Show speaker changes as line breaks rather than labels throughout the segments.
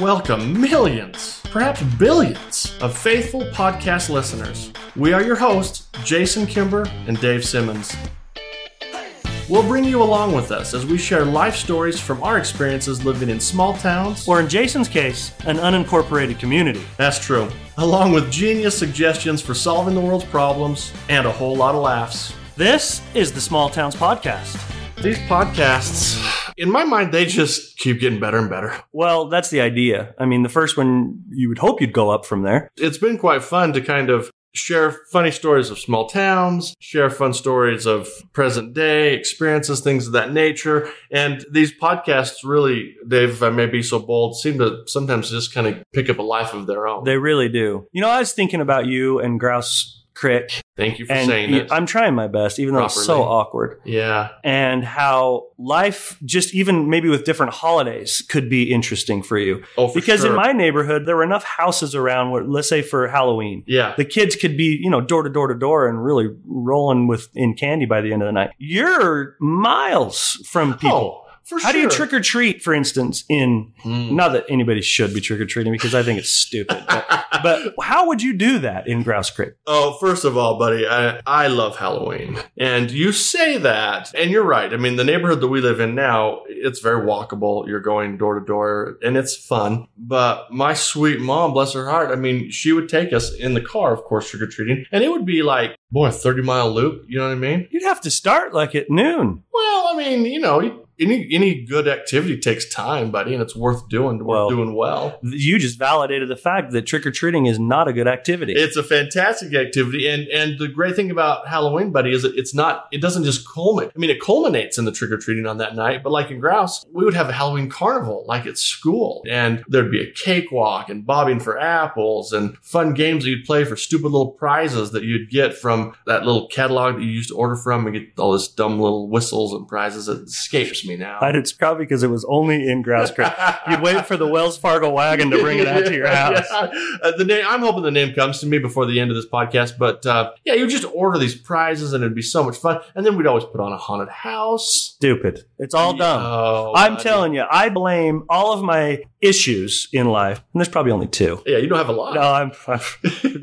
welcome millions, perhaps billions, of faithful podcast listeners. We are your hosts, Jason Kimber and Dave Simmons. We'll bring you along with us as we share life stories from our experiences living in small towns.
or in Jason's case, an unincorporated community.
That's true. Along with genius suggestions for solving the world's problems and a whole lot of laughs.
This is the Small Towns Podcast.
These podcasts, in my mind, they just keep getting better and better.
Well, that's the idea. I mean, the first one you would hope you'd go up from there.
It's been quite fun to kind of share funny stories of small towns, share fun stories of present day experiences, things of that nature. And these podcasts really, Dave, if I may be so bold, seem to sometimes just kind of pick up a life of their own.
They really do. You know, I was thinking about you and Grouse Crick,
Thank you for
and
saying
y-
it.
I'm trying my best, even though it's so
Properly.
awkward.
yeah.
And how life, just even maybe with different holidays, could be interesting for you.
Oh, for
Because in
sure.
my neighborhood, there were enough houses around where, let's say, for Halloween,
yeah.
the kids could be you know door to door to door and really rolling with in candy by the end of the night you're miles from people
Oh, for
how do you
sure.
trick or treat for instance in
Hmm.
not that anybody should be trick or treating because i think it's stupid but, but how would you do that in grouse creek
Oh, first of all, buddy, I, I love Halloween. And you say that, and you're right. I mean, the neighborhood that we live in now, it's very walkable. You're going door to door, and it's fun. But my sweet mom, bless her heart, I mean, she would take us in the car, of course, trick or treating, and it would be like, boy, a 30 mile loop. You know what I mean?
you'd have to start like at noon
Well, I mean, you know, any any good activity takes time, buddy, and it's worth doing.
Well-
Worth doing well.
you just validated the fact that trick or treating is not a good activity
It's a fantastic activity, and and the great thing about Halloween, buddy, is that it's not. It doesn't just culminate. I mean, it culminates in the trick or treating on that night. But like in Grouse, we would have a Halloween carnival, like at school, and there'd be a cakewalk and bobbing for apples and fun games that you'd play for stupid little prizes that you'd get from that little catalog that you used to order from, and get all this dumb little whistles and prizes. It escapes me now.
But it's probably because it was only in grouse creek you'd wait for the wells fargo wagon to bring it out to your
Yeah,
house
yeah. Uh, the name, I'm hoping the name comes to me before the end of this podcast. But uh, yeah, you just order these prizes and it'd be so much fun. And then we'd always put on a haunted house.
stupid it's all dumb
Oh,
I'm
buddy.
telling you, I blame all of my issues in life, and there's probably only two.
Yeah, you don't have a lot.
No, I'm, I'm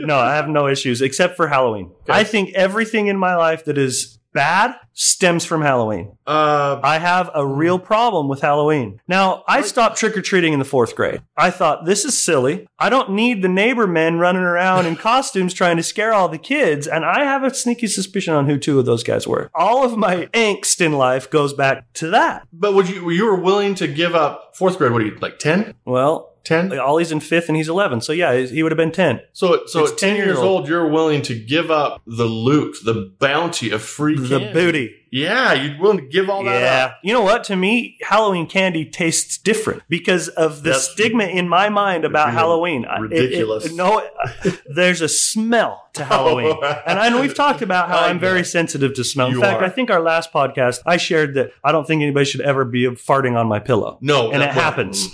no, I have no issues except for Halloween.
Okay.
I think everything in my life that is bad stems from Halloween.
Uh,
I have a real problem with Halloween. Now, I
Like-
stopped trick or treating in the fourth grade. I thought this is silly. I don't need the neighbor men running around in costumes trying to scare all the kids. And I have a sneaky suspicion on who two of those guys were. All of my angst in life goes back to that.
but would you? You were willing to give up fourth grade? What are you like 10?
Well,
10?
Like, Ollie's in fifth and he's 11. So yeah, he would have been 10.
So, it- so
It's
at 10 years
10-year-old.
old, you're willing to give up the loot, the bounty of free
The
candy.
booty.
Yeah, you're willing to give all that up.
Yeah. You know what? To me, Halloween candy tastes different because of the
That's-
stigma in my mind about
Rid-
Halloween. I- it- it-
ridiculous. Oh.
no, uh, there's a smell to Halloween. And I know we've talked about how
I
I'm very
know.
sensitive to smell. In
You
fact,
are.
I think our last podcast, I shared that I don't think anybody should ever be farting on my pillow.
No,
And it
that- well,
happens.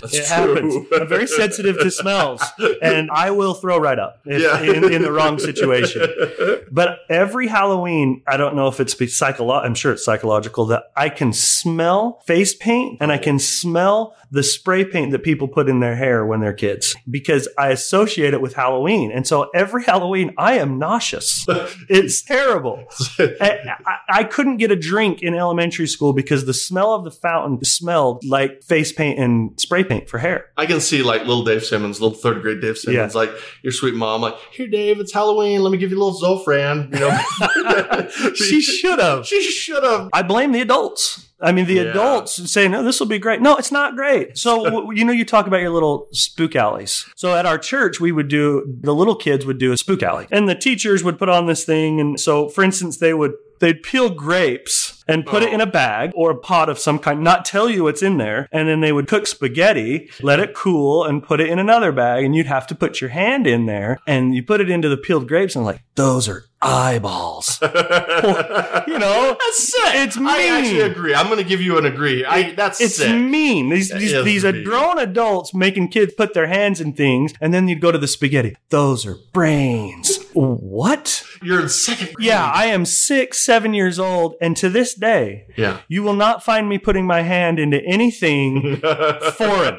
that's
It
true.
happens. I'm very sensitive to smells, and I will throw right up if,
Yeah.
in, in the wrong situation. But every Halloween, I don't know if it's psychological, I'm sure it's psychological, that I can smell face paint and I can smell the spray paint that people put in their hair when they're kids because I associate it with Halloween. And so every Halloween, I am nauseous. it's terrible. I, I, I couldn't get a drink in elementary school because the smell of the fountain smelled like face paint and spray paint for hair.
I can see like little Dave Simmons, little third grade Dave Simmons, like your sweet mom, like here, Dave, it's Halloween. Let me give you a little Zofran. You know,
She should have.
she should have.
I blame the adults. I mean, the
Yeah.
adults say, no, this will be great. No, it's not great. So, w- you know, you talk about your little spook alleys. So at our church, we would do, the little kids would do a spook alley and the teachers would put on this thing. And so, for instance, they would, they'd peel grapes and put it
Oh.
in a bag or a pot of some kind, not tell you what's in there. And then they would cook spaghetti, let it cool and put it in another bag. And you'd have to put your hand in there and you put it into the peeled grapes and like, those are eyeballs, you know?
That's
It's mean.
I actually agree. I'm going to give you an agree. I that's
It's
sick.
mean. These
That
these,
is
these
mean.
grown adults making kids put their hands in things, and then you'd go to the spaghetti. Those are brains. What?
You're in second. Grade.
Yeah, I am six, seven years old, and to this day,
Yeah.
you will not find me putting my hand into anything, Foreign.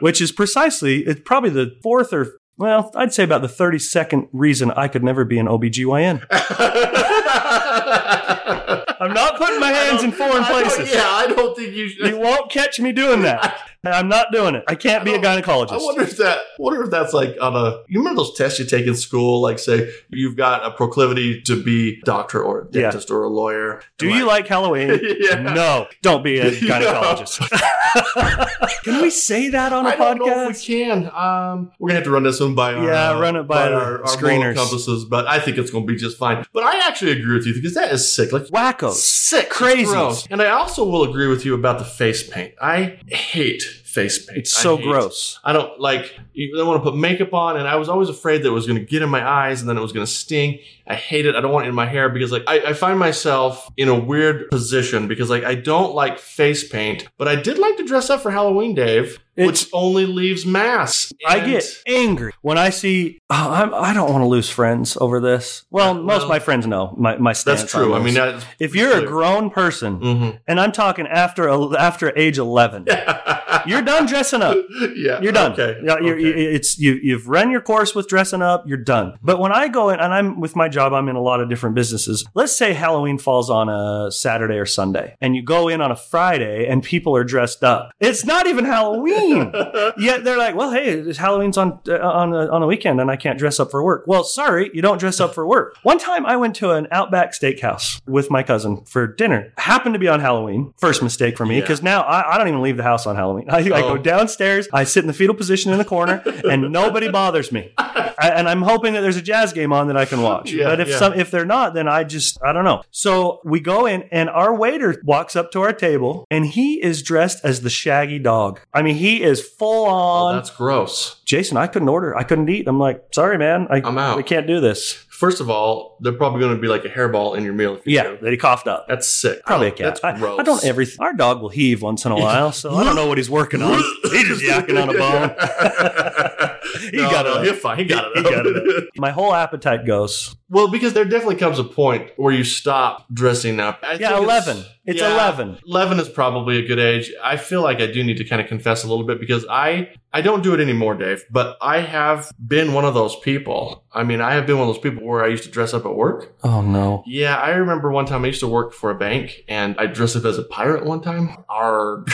which is precisely, it's probably the fourth or, well, I'd say about the 32nd reason I could never be an OBGYN. I'm not putting my hands in foreign
I don't-
places.
Yeah, I don't think you should.
You won't catch me doing that. I'm not doing it. I can't be a
I
gynecologist.
wonder if that. I wonder if that's like on a. You remember those tests you take in school? Like, say you've got a proclivity to be a doctor or a
Yeah.
dentist or a lawyer.
Do you like Halloween?
yeah.
No, don't be a gynecologist. Can we say that on a
I don't know if
podcast?
we can. Um, we're gonna have to run this one by our,
Yeah,
uh,
run it by the
our, our moral
screeners.
compasses, but I think it's gonna be just fine. But I actually agree with you because that is sick. Like
Wackos.
sick,
Crazies.
gross. And I also will agree with you about the face paint. I hate face paint.
It's
I
so
hate-
gross.
I don't like. You don't want to put makeup on, and I was always afraid that it was going to get in my eyes, and then it was going to sting. I hate it. I don't want it in my hair because, like, I, I find myself in a weird position because, like, I don't like face paint, but I did like to dress up for Halloween, Dave,
It's-
which only leaves masks.
I
And-
get angry when I see. Oh, I'm, I don't want to lose friends over this. Well,
Uh,
most
well,
of my friends know my my stance.
that's true.
on
I mean, that's
this. if you're a
clear.
grown person,
Mhm.
and I'm talking after after age 11, you're done dressing up.
Mm-hmm. yeah,
You're done.
Okay,
Yeah, you're-
okay.
you- It's you. You've run your course with dressing up. You're done. But when I go in, and I'm with my job, I'm in a lot of different businesses. Let's say Halloween falls on a Saturday or Sunday, and you go in on a Friday, and people are dressed up. It's not even Halloween. Yet they're like, well, hey, it's Halloween's on uh, on a, on a weekend, and I can't dress up for work. Well, sorry, you don't dress up for work. One time, I went to an Outback Steakhouse with my cousin for dinner. Happened to be on Halloween. First mistake for me
Yeah.
because now I, I don't even leave the house on Halloween. I, I
Oh.
go downstairs, I sit in the fetal position in the corner, and nobody bothers me. I, and I'm hoping that there's a jazz game on that I can watch.
Yeah,
but if
yeah.
some if they're not, then I just I don't know. So we go in, and our waiter walks up to our table, and he is dressed as the Shaggy Dog. I mean, he is full
Oh,
on.
that's gross.
Jason, I couldn't order. I couldn't eat. I'm like, sorry, man. I,
I'm out.
We can't do this.
First of all, they're probably going to be like a hairball in your meal. If you
Yeah,
do.
that he coughed up.
that's sick.
Probably
I
a
don't-
cat.
That's
I,
gross.
I don't every. Our dog will heave once in a while, so I don't know what he's working on. he's just yakking on a bone.
bone.
He got it.
You're fine. He got
He
it.
got it. My whole appetite goes.
well, because there definitely comes a point where you stop dressing up. I
Yeah,
think
eleven. It's
yeah.
eleven.
11 is probably a good age. I feel like I do need to kind of confess a little bit because I I don't do it anymore, Dave, but I have been one of those people. I mean, I have been one of those people where I used to dress up at work.
Oh no.
Yeah, I remember one time I used to work for a bank and I dressed up as a pirate one time. Arg.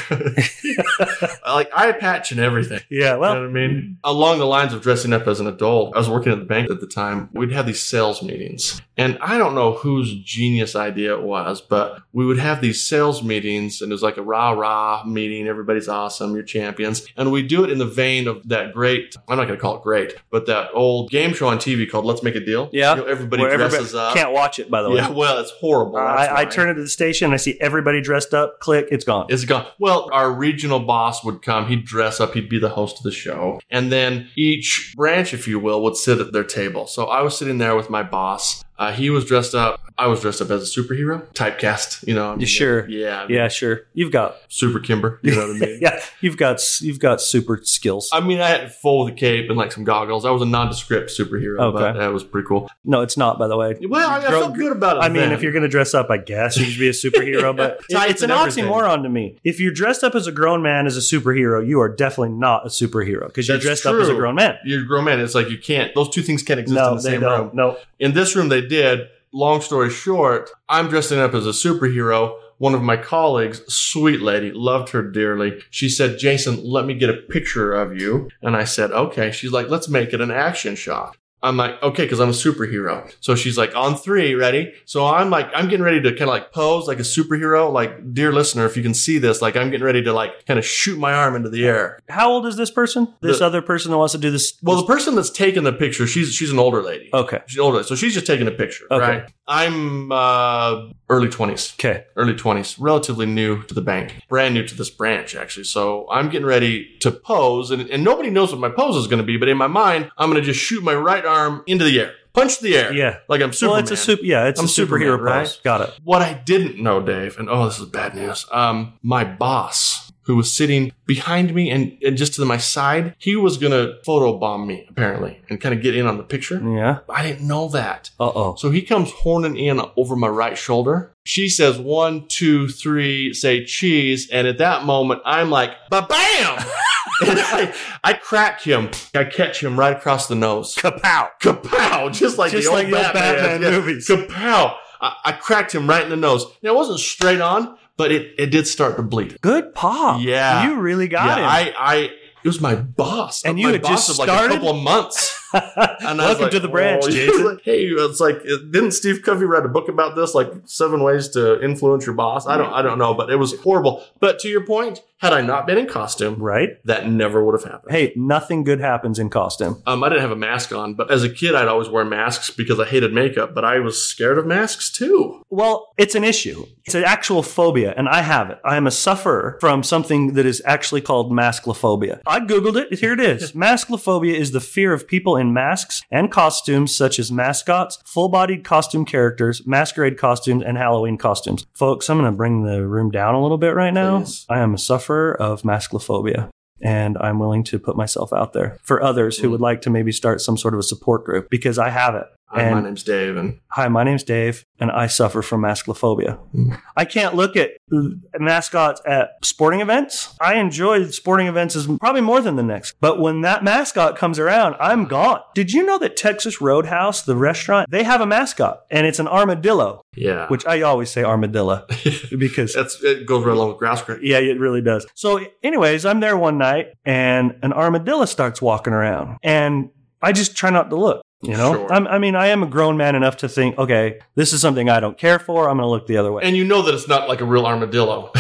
like eye patch and everything.
Yeah. Well,
you know what I mean? Along the lines of dressing up as an adult, I was working at the bank at the time. We'd have these sales meetings. And I don't know whose genius idea it was, but we would have these sales meetings and it was like a rah rah meeting. Everybody's awesome. You're champions. And we do it in the vein of that great, I'm not going to call it great, but that old game show on TV called Let's Make a Deal.
Yeah.
You know, everybody
Where everybody-
dresses up.
can't watch it by the way.
yeah, well, it's horrible. That's
I, I
why.
turn it to the station. I see everybody dressed up. Click. It's gone.
It's gone. Well, our regional boss would come. He'd dress up. He'd be the host of the show. And then each branch, if you will, would sit at their table. So I was sitting there with my boss. Uh, he was dressed up. I was dressed up as a superhero. Typecast, you know. I mean,
sure.
Yeah. I mean,
yeah. Sure. You've got.
Super Kimber. You know what I mean?
Yeah. You've got. s- You've got super skills.
I mean, I had full with a cape and like some goggles. I was a nondescript superhero, but
Okay.
that was pretty cool.
no, it's not. By the way.
Well, I, I
Grow-
felt good about it.
I mean,
then.
if you're going to dress up, I guess you should be a superhero, but it-
Tights
it's an
and everything.
oxymoron to me. If you're dressed up as a grown man as a superhero, you are definitely not a superhero because you're
That's
dressed up as a
true.
grown man.
you're a grown man, it's like you can't. Those two things can't exist in
No,
the
they
same
don't.
room.
No.
In this room, they did. Long story short, I'm dressing up as a superhero. One of my colleagues, sweet lady, loved her dearly. She said, Jason, let me get a picture of you. And I said, okay. She's like, let's make it an action shot. I'm like, okay, because I'm a superhero. So she's like, on three, ready? So I'm like, I'm getting ready to kind of like pose like a superhero. Like, dear listener, if you can see this, like, I'm getting ready to like kind of shoot my arm into the air.
How old is this person? This
The-
other person that wants to do this?
Well, the person that's taking the picture, she's she's an older lady.
okay.
She's older, so she's just taking a picture,
Okay.
right? I'm uh, early twenties,
Okay.
early twenties, relatively new to the bank, brand new to this branch actually. So I'm getting ready to pose, and, and nobody knows what my pose is going to be, but in my mind, I'm going to just shoot my right arm into the air, punch the air,
Yeah.
like I'm Superman.
Well, it's a super. Yeah, it's
I'm
a superhero
Superman,
pose. Got it.
what I didn't know, Dave, and oh, this is bad news. Um, my boss who was sitting behind me and, and just to my side. He was going to photobomb me, apparently, and kind of get in on the picture.
Yeah.
I didn't know that.
Uh oh.
So he comes horning in over my right shoulder. She says one, two, three, say cheese. And at that moment, I'm like, ba bam! and I, I crack him. I catch him right across the nose.
Kapow.
Kapow! Just like
Just
the
like
old
the old
Batman,
Batman
Yeah.
movies.
Kapow! I, I cracked him right in the nose. Now, it wasn't straight on, but it, it did start to bleed.
Good pop.
Yeah.
You really got
yeah,
him.
I, I, it was my boss.
And
My
you had
boss
just
of like
started?
a couple of months. And I was
Welcome
like,
to the branch,
oh,
Jason.
hey, it's like didn't Steve Covey write a book about this, like seven ways to influence your boss? I don't, I don't know, but it was horrible. But to your point, had I not been in costume,
Right?
that never would have happened.
Hey, nothing good happens in costume.
Um, I didn't have a mask on, but as a kid, I'd always wear masks because I hated makeup, but I was scared of masks too.
Well, it's an issue. It's an actual phobia, and I have it. I am a sufferer from something that is actually called masclophobia. I Googled it. Here it is. masclophobia is the fear of people in masks and costumes, such as mascots, full bodied costume characters, masquerade costumes, and Halloween costumes. Folks, I'm going to bring the room down a little bit right now.
Please.
I am a sufferer of masclophobia. And I'm willing to put myself out there for others who would like to maybe start some sort of a support group because I have it.
Hi,
And-
Uh, my name's Dave, and
Hi, my name's Dave, and I suffer from masclophobia.
Mm.
I can't look at mascots at sporting events. I enjoy sporting events as probably more than the next, but when that mascot comes around, I'm gone. Did you know that Texas Roadhouse, the restaurant, they have a mascot, and it's an armadillo,
yeah,
which I always say armadillo because
that's it goes right along with grass cut.
yeah, it really does. So, anyways, I'm there one night and an armadillo starts walking around, and I just try not to look. You know,
Sure.
I'm, I mean, I am a grown man enough to think, okay, this is something I don't care for. I'm going to look the other way.
And you know that it's not like a real armadillo.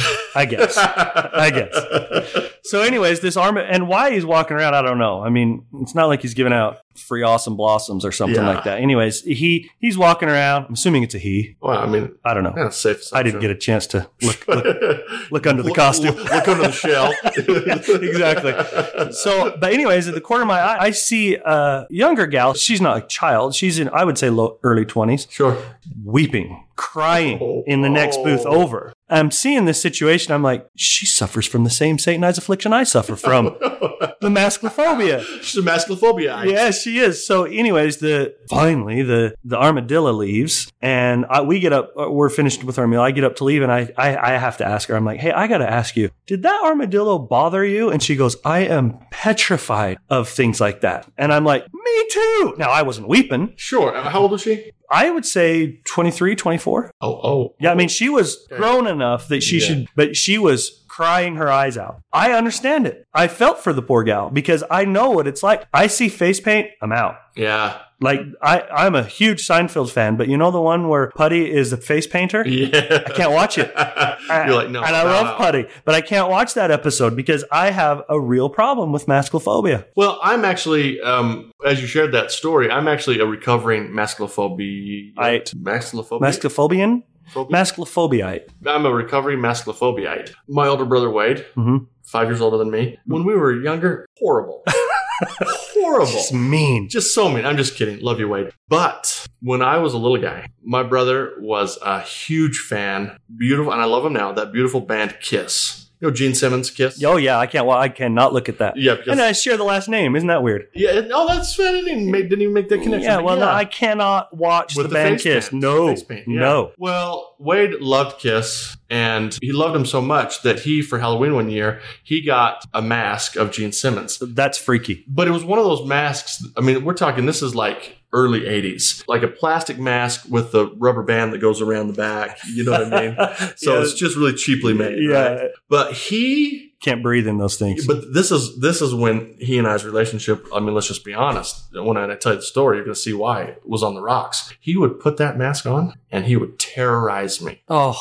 I guess.
I
guess. so, anyways, this arm and why he's walking around, I don't know. I mean, it's not like he's giving out free awesome blossoms or something
Yeah.
like that. Anyways, he he's walking around. I'm assuming it's a he.
Well, I mean,
I don't know.
yeah, safe.
I didn't get a chance to look look,
look,
look under the costume.
Look, look under the shell.
exactly. so, but anyways, at the corner of my eye, I see a younger gal. She's not a child. She's in, I would say, low, early 20s,
Sure.
weeping, crying
Oh.
in the next booth over. I'm seeing this situation. I'm like, she suffers from the same Satanized affliction I suffer from the masclophobia.
She's a masculophobia.
Yeah, she is. So, anyways, the finally the the armadillo leaves, and I, we get up. uh, We're finished with our meal. I get up to leave, and I, I I have to ask her. I'm like, hey, I gotta ask you, did that armadillo bother you? And she goes, I am petrified of things like that. And I'm like, me too. Now I wasn't weeping.
Sure. Uh, How old is she?
I would say 23, 24.
Oh, oh.
Yeah, I mean, she was
Okay.
grown enough that she
Yeah.
should, but she was crying her eyes out. I understand it. I felt for the poor gal because I know what it's like. I see face paint, I'm out.
Yeah.
Like I, I'm a huge Seinfeld fan, but you know the one where Putty is the face painter.
Yeah.
I can't watch it. I-
You're like, no.
Uh, and I
no,
love
no.
Putty, but I can't watch that episode because I have a real problem with masculophobia.
Well, I'm actually, um, as you shared that story, I'm actually a recovering masculophobia.
Right.
Masculophobia.
Masclophobian, masclophobiite.
I'm a recovering masculophobiate. My older brother Wade,
Mhm.
five years older than me, when we were younger, horrible, horrible,
It's mean.
just so mean. I'm just kidding. Love you, Wade. But when I was a little guy, my brother was a huge fan. Beautiful, and I love him now. That beautiful band Kiss. You know Gene Simmons Kiss.
Oh yeah, I can't. Well, I cannot look at that.
Yeah. Because,
And I share the last name. Isn't that weird?
yeah. and- Oh, that's I didn't even make, didn't even make that connection.
Yeah,
but
well, No, I cannot watch the, band
face
Kiss.
paint.
No,
Face paint, yeah.
no.
Well, Wade loved Kiss, and he loved him so much that he, for Halloween one year, he got a mask of Gene Simmons.
That's freaky.
But it was one of those masks. I mean, we're talking. This is like early '80s, like a plastic mask with the rubber band that goes around the back. You know what I mean? So
Yeah.
it's just really cheaply made.
yeah,
right? But he
can't breathe in those things.
but this is this is when he and I's relationship. I mean, let's just be honest. When I tell you the story, you're going to see why it was on the rocks. He would put that mask on and he would terrorize me.
oh,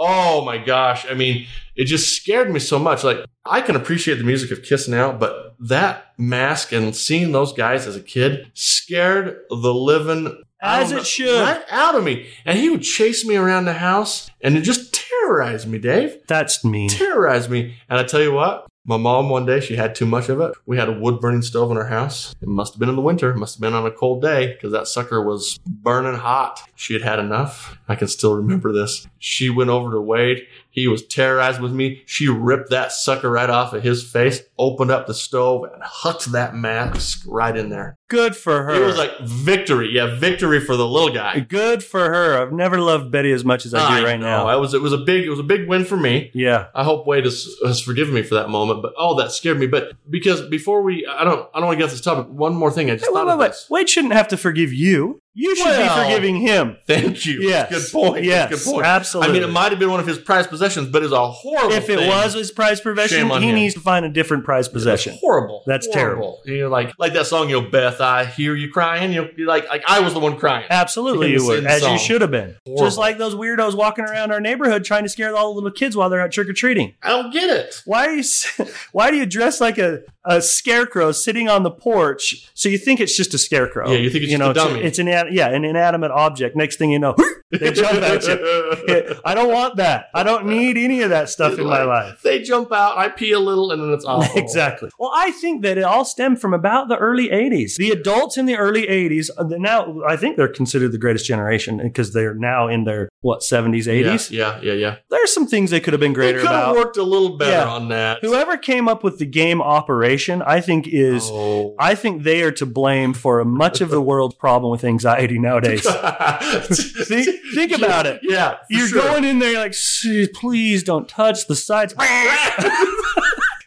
Oh my gosh! I mean, it just scared me so much. Like I can appreciate the music of Kiss now, but that mask and seeing those guys as a kid scared the living
As
out-
it should.
right out of me. And he would chase me around the house and it just terrorized me, Dave
that's mean.
terrorized me. And I tell you what, my mom one day she had too much of it. We had a wood burning stove in our house. It must have been in the winter. Must have been on a cold day because that sucker was burning hot. She had had enough. I can still remember this. She went over to Wade. He- He was terrorized with me. She ripped that sucker right off of his face, opened up the stove, and hucked that mask right in there.
Good for her.
It was like victory. Yeah, victory for the little guy.
Good for her. I've never loved Betty as much as I do right
know.
now.
It was it was a big it was a big win for me.
yeah.
I hope Wade has, has forgiven me for that moment, but oh, that scared me. But because before we, I don't, I don't want to get off this topic. One more thing, I just
Hey, wait,
thought
wait,
of
wait.
this.
Wade shouldn't have to forgive you. You should
Well-
be forgiving him.
Thank you.
Yes.
Good point.
Yes.
Good point.
Absolutely.
I mean, it might have been one of his prized possessions, but it's a horrible.
if it
thing.
was his prized possession,
Shame on
he
him.
needs to find a different prized possession.
That's horrible.
That's
horrible. You know, like like that song, Yo Beth, I hear you crying. You'll be like, like I was the one crying.
Absolutely,
In
you
the
were,
same
as you
song.
should have been.
Horrible.
Just like those weirdos walking around our neighborhood trying to scare all the little kids while they're out trick or treating.
I don't get it.
Why are you? s- Why do you dress like a, a scarecrow sitting on the porch? So you think it's just a scarecrow?
Yeah, you think it's just a dummy.
It's, it's an yeah, an inanimate object. Next thing you know, they jump at you. I don't want that. I don't need any of that stuff in my life.
They jump out. I pee a little, and then it's awful.
Exactly. Well, I think that it all stemmed from about the early 80s. The adults in the early 80s, uh, now I think they're considered the greatest generation because they're now in their, what, 70s, 80s?
Yeah, yeah, yeah. yeah.
There's some things they could have been
They
greater
could have
about.
worked a little better
Yeah.
on that.
Whoever came up with the game operation, I think is.
Oh.
I think they are to blame for much of the world's problem with anxiety nowadays. think, think about it.
Yeah, for
You're
sure.
going in there you're like, "S- please don't touch the sides.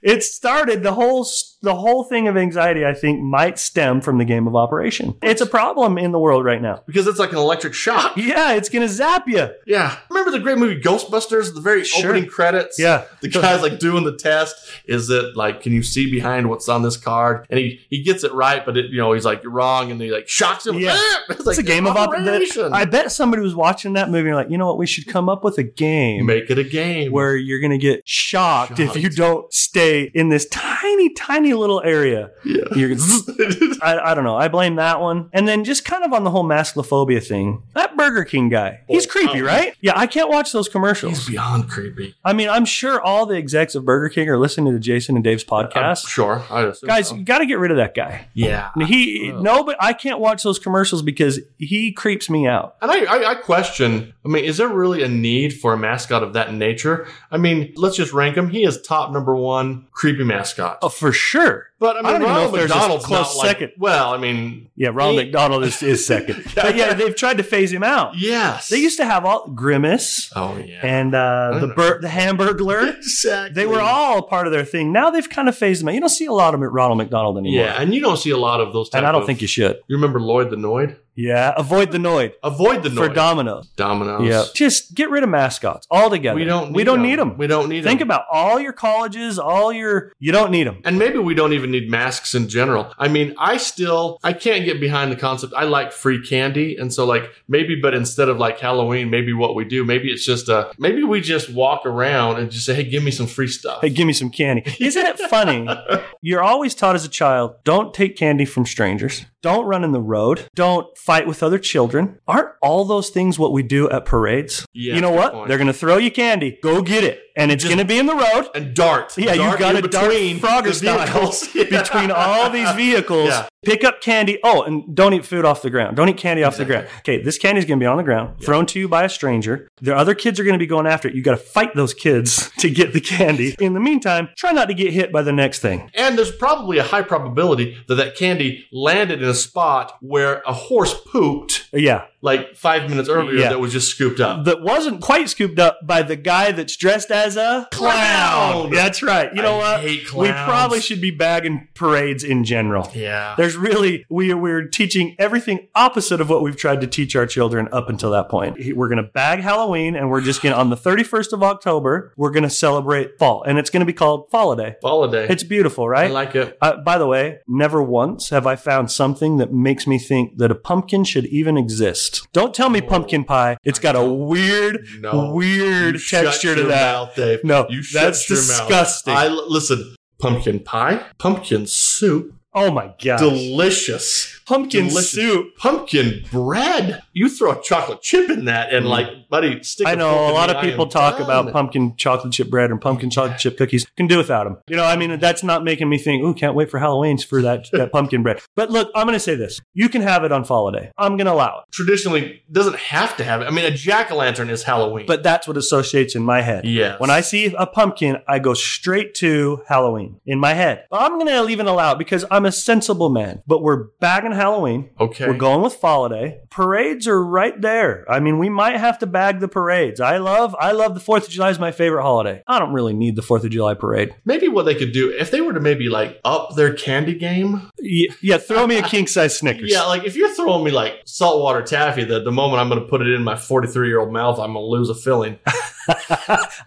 it started the whole the whole thing of anxiety. I think might stem from the game of Operation. It's a problem in the world right now.
because it's like an electric shock.
Yeah, it's gonna zap you.
Yeah, remember the great movie Ghostbusters? The very
Sure.
opening credits.
Yeah,
The guy's like doing the test. Is it like, can you see behind what's on this card? And he, he gets it right, but it, you know, he's like, you're wrong. And he like shocks him.
Yeah.
it's
it's a game of Operation.
operation.
I bet somebody was watching that movie and like, you know what? We should come up with a game.
Make it a game.
where you're going to get shocked, if
Shocked.
you don't stay in this tiny, tiny little area.
yeah.
You're gonna, I, I don't know. I blame that one. And then just kind of on the whole masculophobia thing, that Burger King guy, he's creepy,
oh.
right? Yeah, I can't watch those
He's
commercials.
beyond creepy.
I mean, I'm sure all the execs of Burger King are listening to Jason and Dave's
I'm
podcast.
sure. I assume
Guys,
so.
you got to get rid of that guy.
Yeah.
He
Ugh.
no, but I can't watch those commercials because he creeps me out.
And I, I, I question. I mean, is there really a need for a mascot of that nature? I mean, let's just rank him. He is top number one creepy mascot.
Oh, for sure.
But I mean,
I don't even know
Ronald
if there's a
McDonald's
close
not like-
second.
well, I mean,
Yeah, Ronald
He-
McDonald is, is second. But yeah, they've tried to phase him out.
yes,
They used to have all Grimace
Oh yeah,
and uh,
I
the
know.
bur- the Hamburglar.
exactly.
They were all part of their thing. Now they've kind of phased them out. You don't see a lot of them at Ronald McDonald anymore.
yeah, and you don't see a lot of those. Type
and I don't
of-
think you should.
you remember Lloyd the Noid.
Yeah, avoid the Noid,
Avoid the
for
Noid.
Domino's.
Dominoes.
Yeah, just get rid of mascots altogether.
we don't. Need
we don't
them.
need them.
We don't need
Think
them.
about all your colleges, all your you don't need them.
And maybe we don't even need masks in general. I mean, I still I can't get behind the concept. I like free candy, and so like maybe, but instead of like Halloween, maybe what we do, maybe it's just a maybe we just walk around and just say, hey, give me some free stuff.
Hey, give me some candy. Isn't it funny? You're always taught as a child don't take candy from strangers, don't run in the road, don't fight with other children. Aren't all those things what we do at parades?
Yeah,
you know
good
what?
point.
They're going to throw you candy. Go get it. And it's
Just-
going to be in the road.
and dart.
Yeah,
dart
you've got
in
to dart
between
Frogger
the
style
vehicles.
between all these vehicles.
Yeah.
Pick up candy. Oh, and don't eat food off the ground. Don't eat candy off
Exactly.
the ground. Okay, this candy's going to be on the ground, thrown to you by a stranger. The other kids are going to be going after it. You got to fight those kids to get the candy. In the meantime, try not to get hit by the next thing.
And there's probably a high probability that that candy landed in a spot where a horse pooped
Uh, Yeah,
like five minutes earlier
Yeah.
that was just scooped up.
that wasn't quite scooped up by the guy that's dressed as a clown.
Clown.
That's right. You know
I
what?
hate
we
clowns.
probably should be bagging parades in general.
Yeah.
There's really we we're teaching everything opposite of what we've tried to teach our children up until that point. We're going to bag Halloween, and we're just going to on the 31st of October we're going to celebrate fall, and it's going to be called Fall Day.
Holiday.
It's beautiful,
I
right?
like it.
uh, by the way, never once have I found something that makes me think that a pumpkin should even exist. Don't tell me
Oh,
pumpkin pie. It's got a weird,
No.
weird
You shut
texture to
your
that.
Mouth, Dave.
No,
you shut
that's
your mouth.
disgusting.
I listen. Pumpkin pie, pumpkin soup,
Oh my gosh.
Delicious.
Pumpkin
delicious.
soup.
Pumpkin bread. You throw a chocolate chip in that and
Mm.
like, buddy, stick
I
a
know
fork
a
in
lot
the
of
eye
people
and
talk
done.
about pumpkin chocolate chip bread and pumpkin chocolate chip cookies. Can do without them. You know, I mean, that's not making me think, ooh, can't wait for Halloween's for that, that pumpkin bread. But look, I'm going to say this. You can have it on fall day. I'm going to allow it.
Traditionally, doesn't have to have it. I mean, a jack-o'-lantern is Halloween.
But that's what associates in my head.
yeah.
When I see a pumpkin, I go straight to Halloween in my head. But I'm going to even allow it because I'm a sensible man. But we're back in Halloween.
Okay.
We're going with holiday. Parades are right there. I mean, we might have to bag the parades. I love I love the 4th of July is my favorite holiday. I don't really need the 4th of July parade.
Maybe what they could do if they were to maybe like up their candy game.
Y- Yeah, throw me a king size Snickers.
Yeah, like if you're throwing me like saltwater taffy, that the moment I'm going to put it in my 43 year old mouth, I'm going to lose a filling.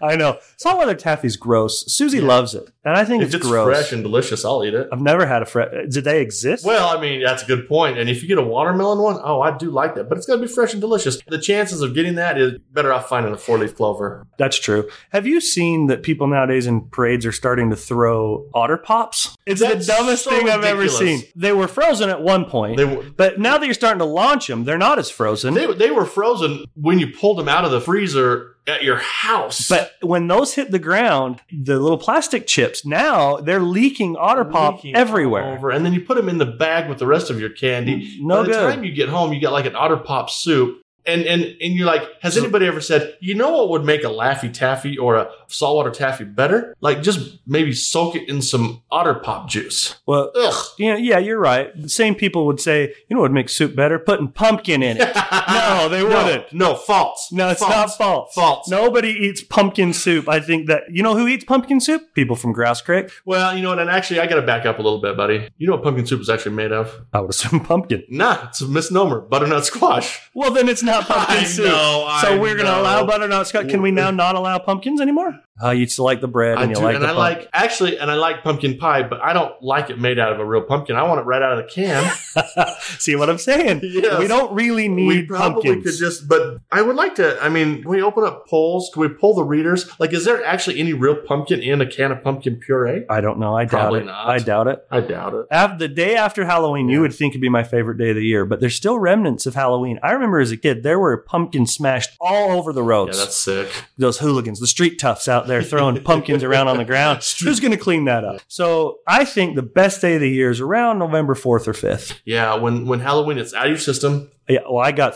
I know. Saltwater taffy's gross. Susie
Yeah.
loves it. And I think
If
it's,
it's
gross.
fresh and delicious, I'll eat it.
I've never had a fresh. Did they exist?
Well, I mean that's a good point. And if you get a watermelon one, oh, I do like that, but it's got to be fresh and delicious. The chances of getting that is better off finding a four leaf clover.
That's true. Have you seen that people nowadays in parades are starting to throw otter pops? It's
That's
the dumbest
so
thing I've ever
ridiculous.
seen. They were frozen at one point,
They were.
but now that you're starting to launch them, they're not as frozen.
They, they were frozen when you pulled them out of the freezer at your house.
But when those hit the ground, the little plastic chips, now they're leaking otter pop
Leaking all
everywhere.
over, and then you put them in the bag with the rest of your candy.
No
By the
good.
time you get home, you got like an otter pop soup. And, and and you're like, has anybody ever said, you know what would make a Laffy Taffy or a saltwater taffy better? Like just maybe soak it in some otter pop juice.
well,
Ugh.
you know, yeah, you're right. The same people would say, you know what would make soup better? Putting pumpkin in it.
no,
they wouldn't.
No, false.
No, it's
false.
not false.
False.
Nobody eats pumpkin soup. I think that, you know who eats pumpkin soup? People from Grouse Creek.
Well, you know what? And actually, I got to back up a little bit, buddy. You know what pumpkin soup is actually made of?
I would assume pumpkin.
Nah, it's a misnomer. Butternut squash.
Well, then it's not pumpkin
I
soup.
know, I
so we're going to
know.
allow butternut scotch. Can we now not allow pumpkins anymore? Oh, you still like the bread
I
and you
do,
like
and
the
I
pump-
like actually, and I like pumpkin pie, but I don't like it made out of a real pumpkin. I want it right out of the can.
See what I'm saying?
Yes.
We don't really need
we probably
pumpkins.
could just but i would like to i mean can we open up polls can we poll the readers like is there actually any real pumpkin in a can of pumpkin puree
I don't know. I doubt
Probably
it.
not.
I doubt it.
i doubt it
Af- the day after Halloween,
Yeah.
you would think it'd be my favorite day of the year, but there's still remnants of Halloween. I remember as a kid, there were pumpkins smashed all over the
yeah
roads.
that's sick
Those hooligans, the street toughs out there throwing pumpkins around on the ground. Who's going to clean that up? So I think the best day of the year is around November 4th or 5th.
yeah when when halloween it's out of your system
Yeah, well, I got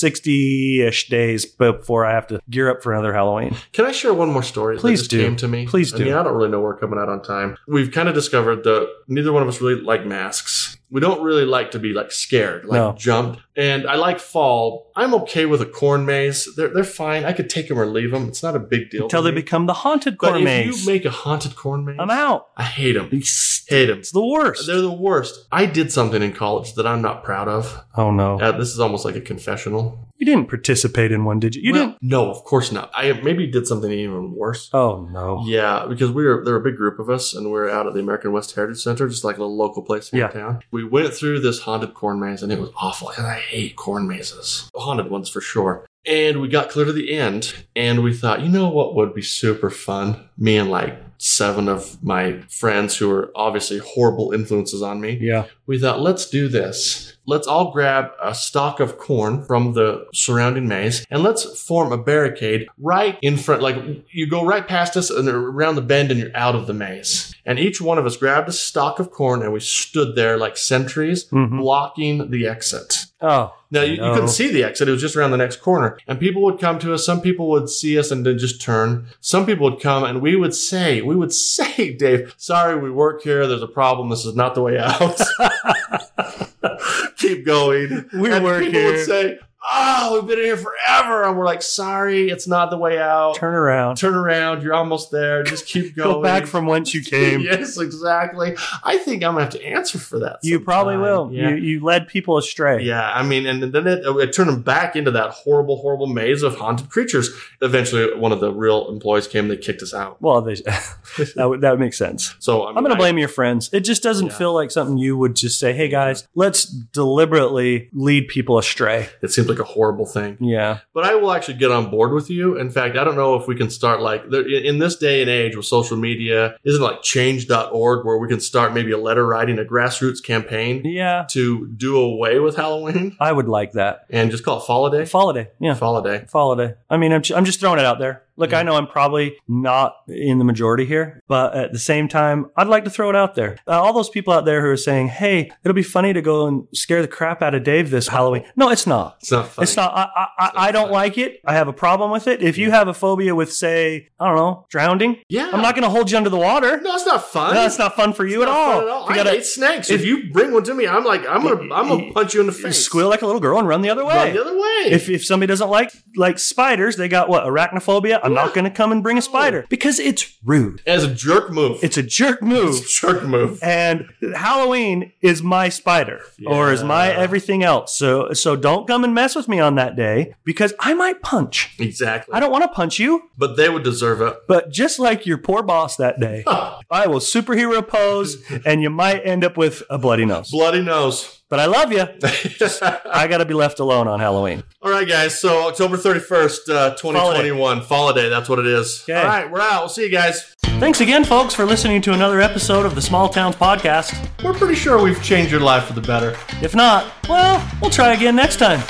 360 ish days before I have to gear up for another Halloween.
can i share one more story
Please
that just
do.
came to me
Please
I
do.
mean, i don't really know we're coming out on time we've kind of discovered that neither one of us really like masks we don't really like to be like scared like
No.
jumped and i like fall i'm okay with a corn maze they're, they're fine i could take them or leave them it's not a big deal
Until
to
they
me.
become the haunted
But
corn
if
maze.
you make a haunted corn maze,
I'm out.
I hate them.
It's
Hate them.
the worst.
They're the worst. I did something in college that I'm not proud of.
Oh, no.
Uh, this is almost like a confessional.
You didn't participate in one, did you? You
Well,
didn't.
No, of course not. I maybe did something even worse.
Oh no.
Yeah, because we were there were a big group of us, and we were out at the American West Heritage Center, just like a little local place in
Yeah.
town. We went through this haunted corn maze, and it was awful. And I hate corn mazes, haunted ones for sure. And we got clear to the end, and we thought, you know what would be super fun? Me and like seven of my friends who were obviously horrible influences on me
Yeah.
we thought, let's do this. Let's all grab a stalk of corn from the surrounding maze and let's form a barricade right in front. Like you go right past us and around the bend and you're out of the maze. And each one of us grabbed a stalk of corn and we stood there like sentries
Mhm.
blocking the exit.
Oh.
Now you, you
No.
couldn't see the exit; it was just around the next corner. And people would come to us. Some people would see us and then just turn. Some people would come, and we would say, "We would say, Dave, sorry, we work here. There's a problem. This is not the way out. Keep going."
We
and
work
people
here.
would say, "Oh, we've been here forever," and we're like, "Sorry, it's not the way out. Turn,
Turn around.
around. You're almost there. Just keep going.
Go back from whence you came.
yes, exactly. I think I'm gonna have to answer for that.
You probably
sometime.
will. You you led people astray.
Yeah, I mean, and then it, it turned them back into that horrible, horrible maze of haunted creatures. Eventually, one of the real employees came. They kicked us out.
Well, they, that would that would make sense.
So I mean,
I'm going
I-
to blame your friends. It just doesn't
Yeah.
feel like something you would just say, "Hey guys, let's deliberately lead people astray."
It seems like a a horrible thing.
Yeah.
But I will actually get on board with you. In fact, I don't know if we can start like there- in in this day and age with social media, isn't it like change.org where we can start maybe a letter writing, a grassroots campaign
Yeah.
to do away with Halloween
I would like that.
and just call it Holiday?
Holiday. Yeah.
Holiday.
Holiday. I mean, I'm, ju- I'm just throwing it out there. Look,
Yeah.
I know I'm probably not in the majority here, but at the same time, I'd like to throw it out there. Uh, all those people out there who are saying, hey, it'll be funny to go and scare the crap out of Dave this Halloween. No, it's not.
It's not funny.
It's not. I, I, I,
It's not
I don't
funny.
like it. I have a problem with it. If you have a phobia with, say, I don't know, drowning,
Yeah.
I'm not going to hold you under the water.
No, it's not fun.
No, it's not fun for you at,
Not
all.
fun at all.
You
I
gotta
hate snakes. If you bring one to me, I'm like, I'm gonna, I'm gonna punch you in the face.
squeal like a little girl and run the other way.
Run the other way.
if, if somebody doesn't like like spiders, they got what arachnophobia. I'm not going to come and bring a spider because it's rude.
as a jerk move.
It's a jerk move.
It's a jerk move.
And Halloween is my spider or is my
Yeah.
everything else. So so don't come and mess with me on that day because I might punch.
Exactly.
I don't want to punch you,
but they would deserve it.
but just like your poor boss that day, I will superhero pose and you might end up with a bloody nose.
Bloody nose.
But I love you. I got to be left alone on Halloween.
All right, guys. So October 31st, uh, 2021. Holiday. That's what it is.
Okay.
All right. We're out. We'll see you guys.
Thanks again, folks, for listening to another episode of the Small Towns Podcast.
We're pretty sure we've changed your life for the better.
If not, well, we'll try again next time.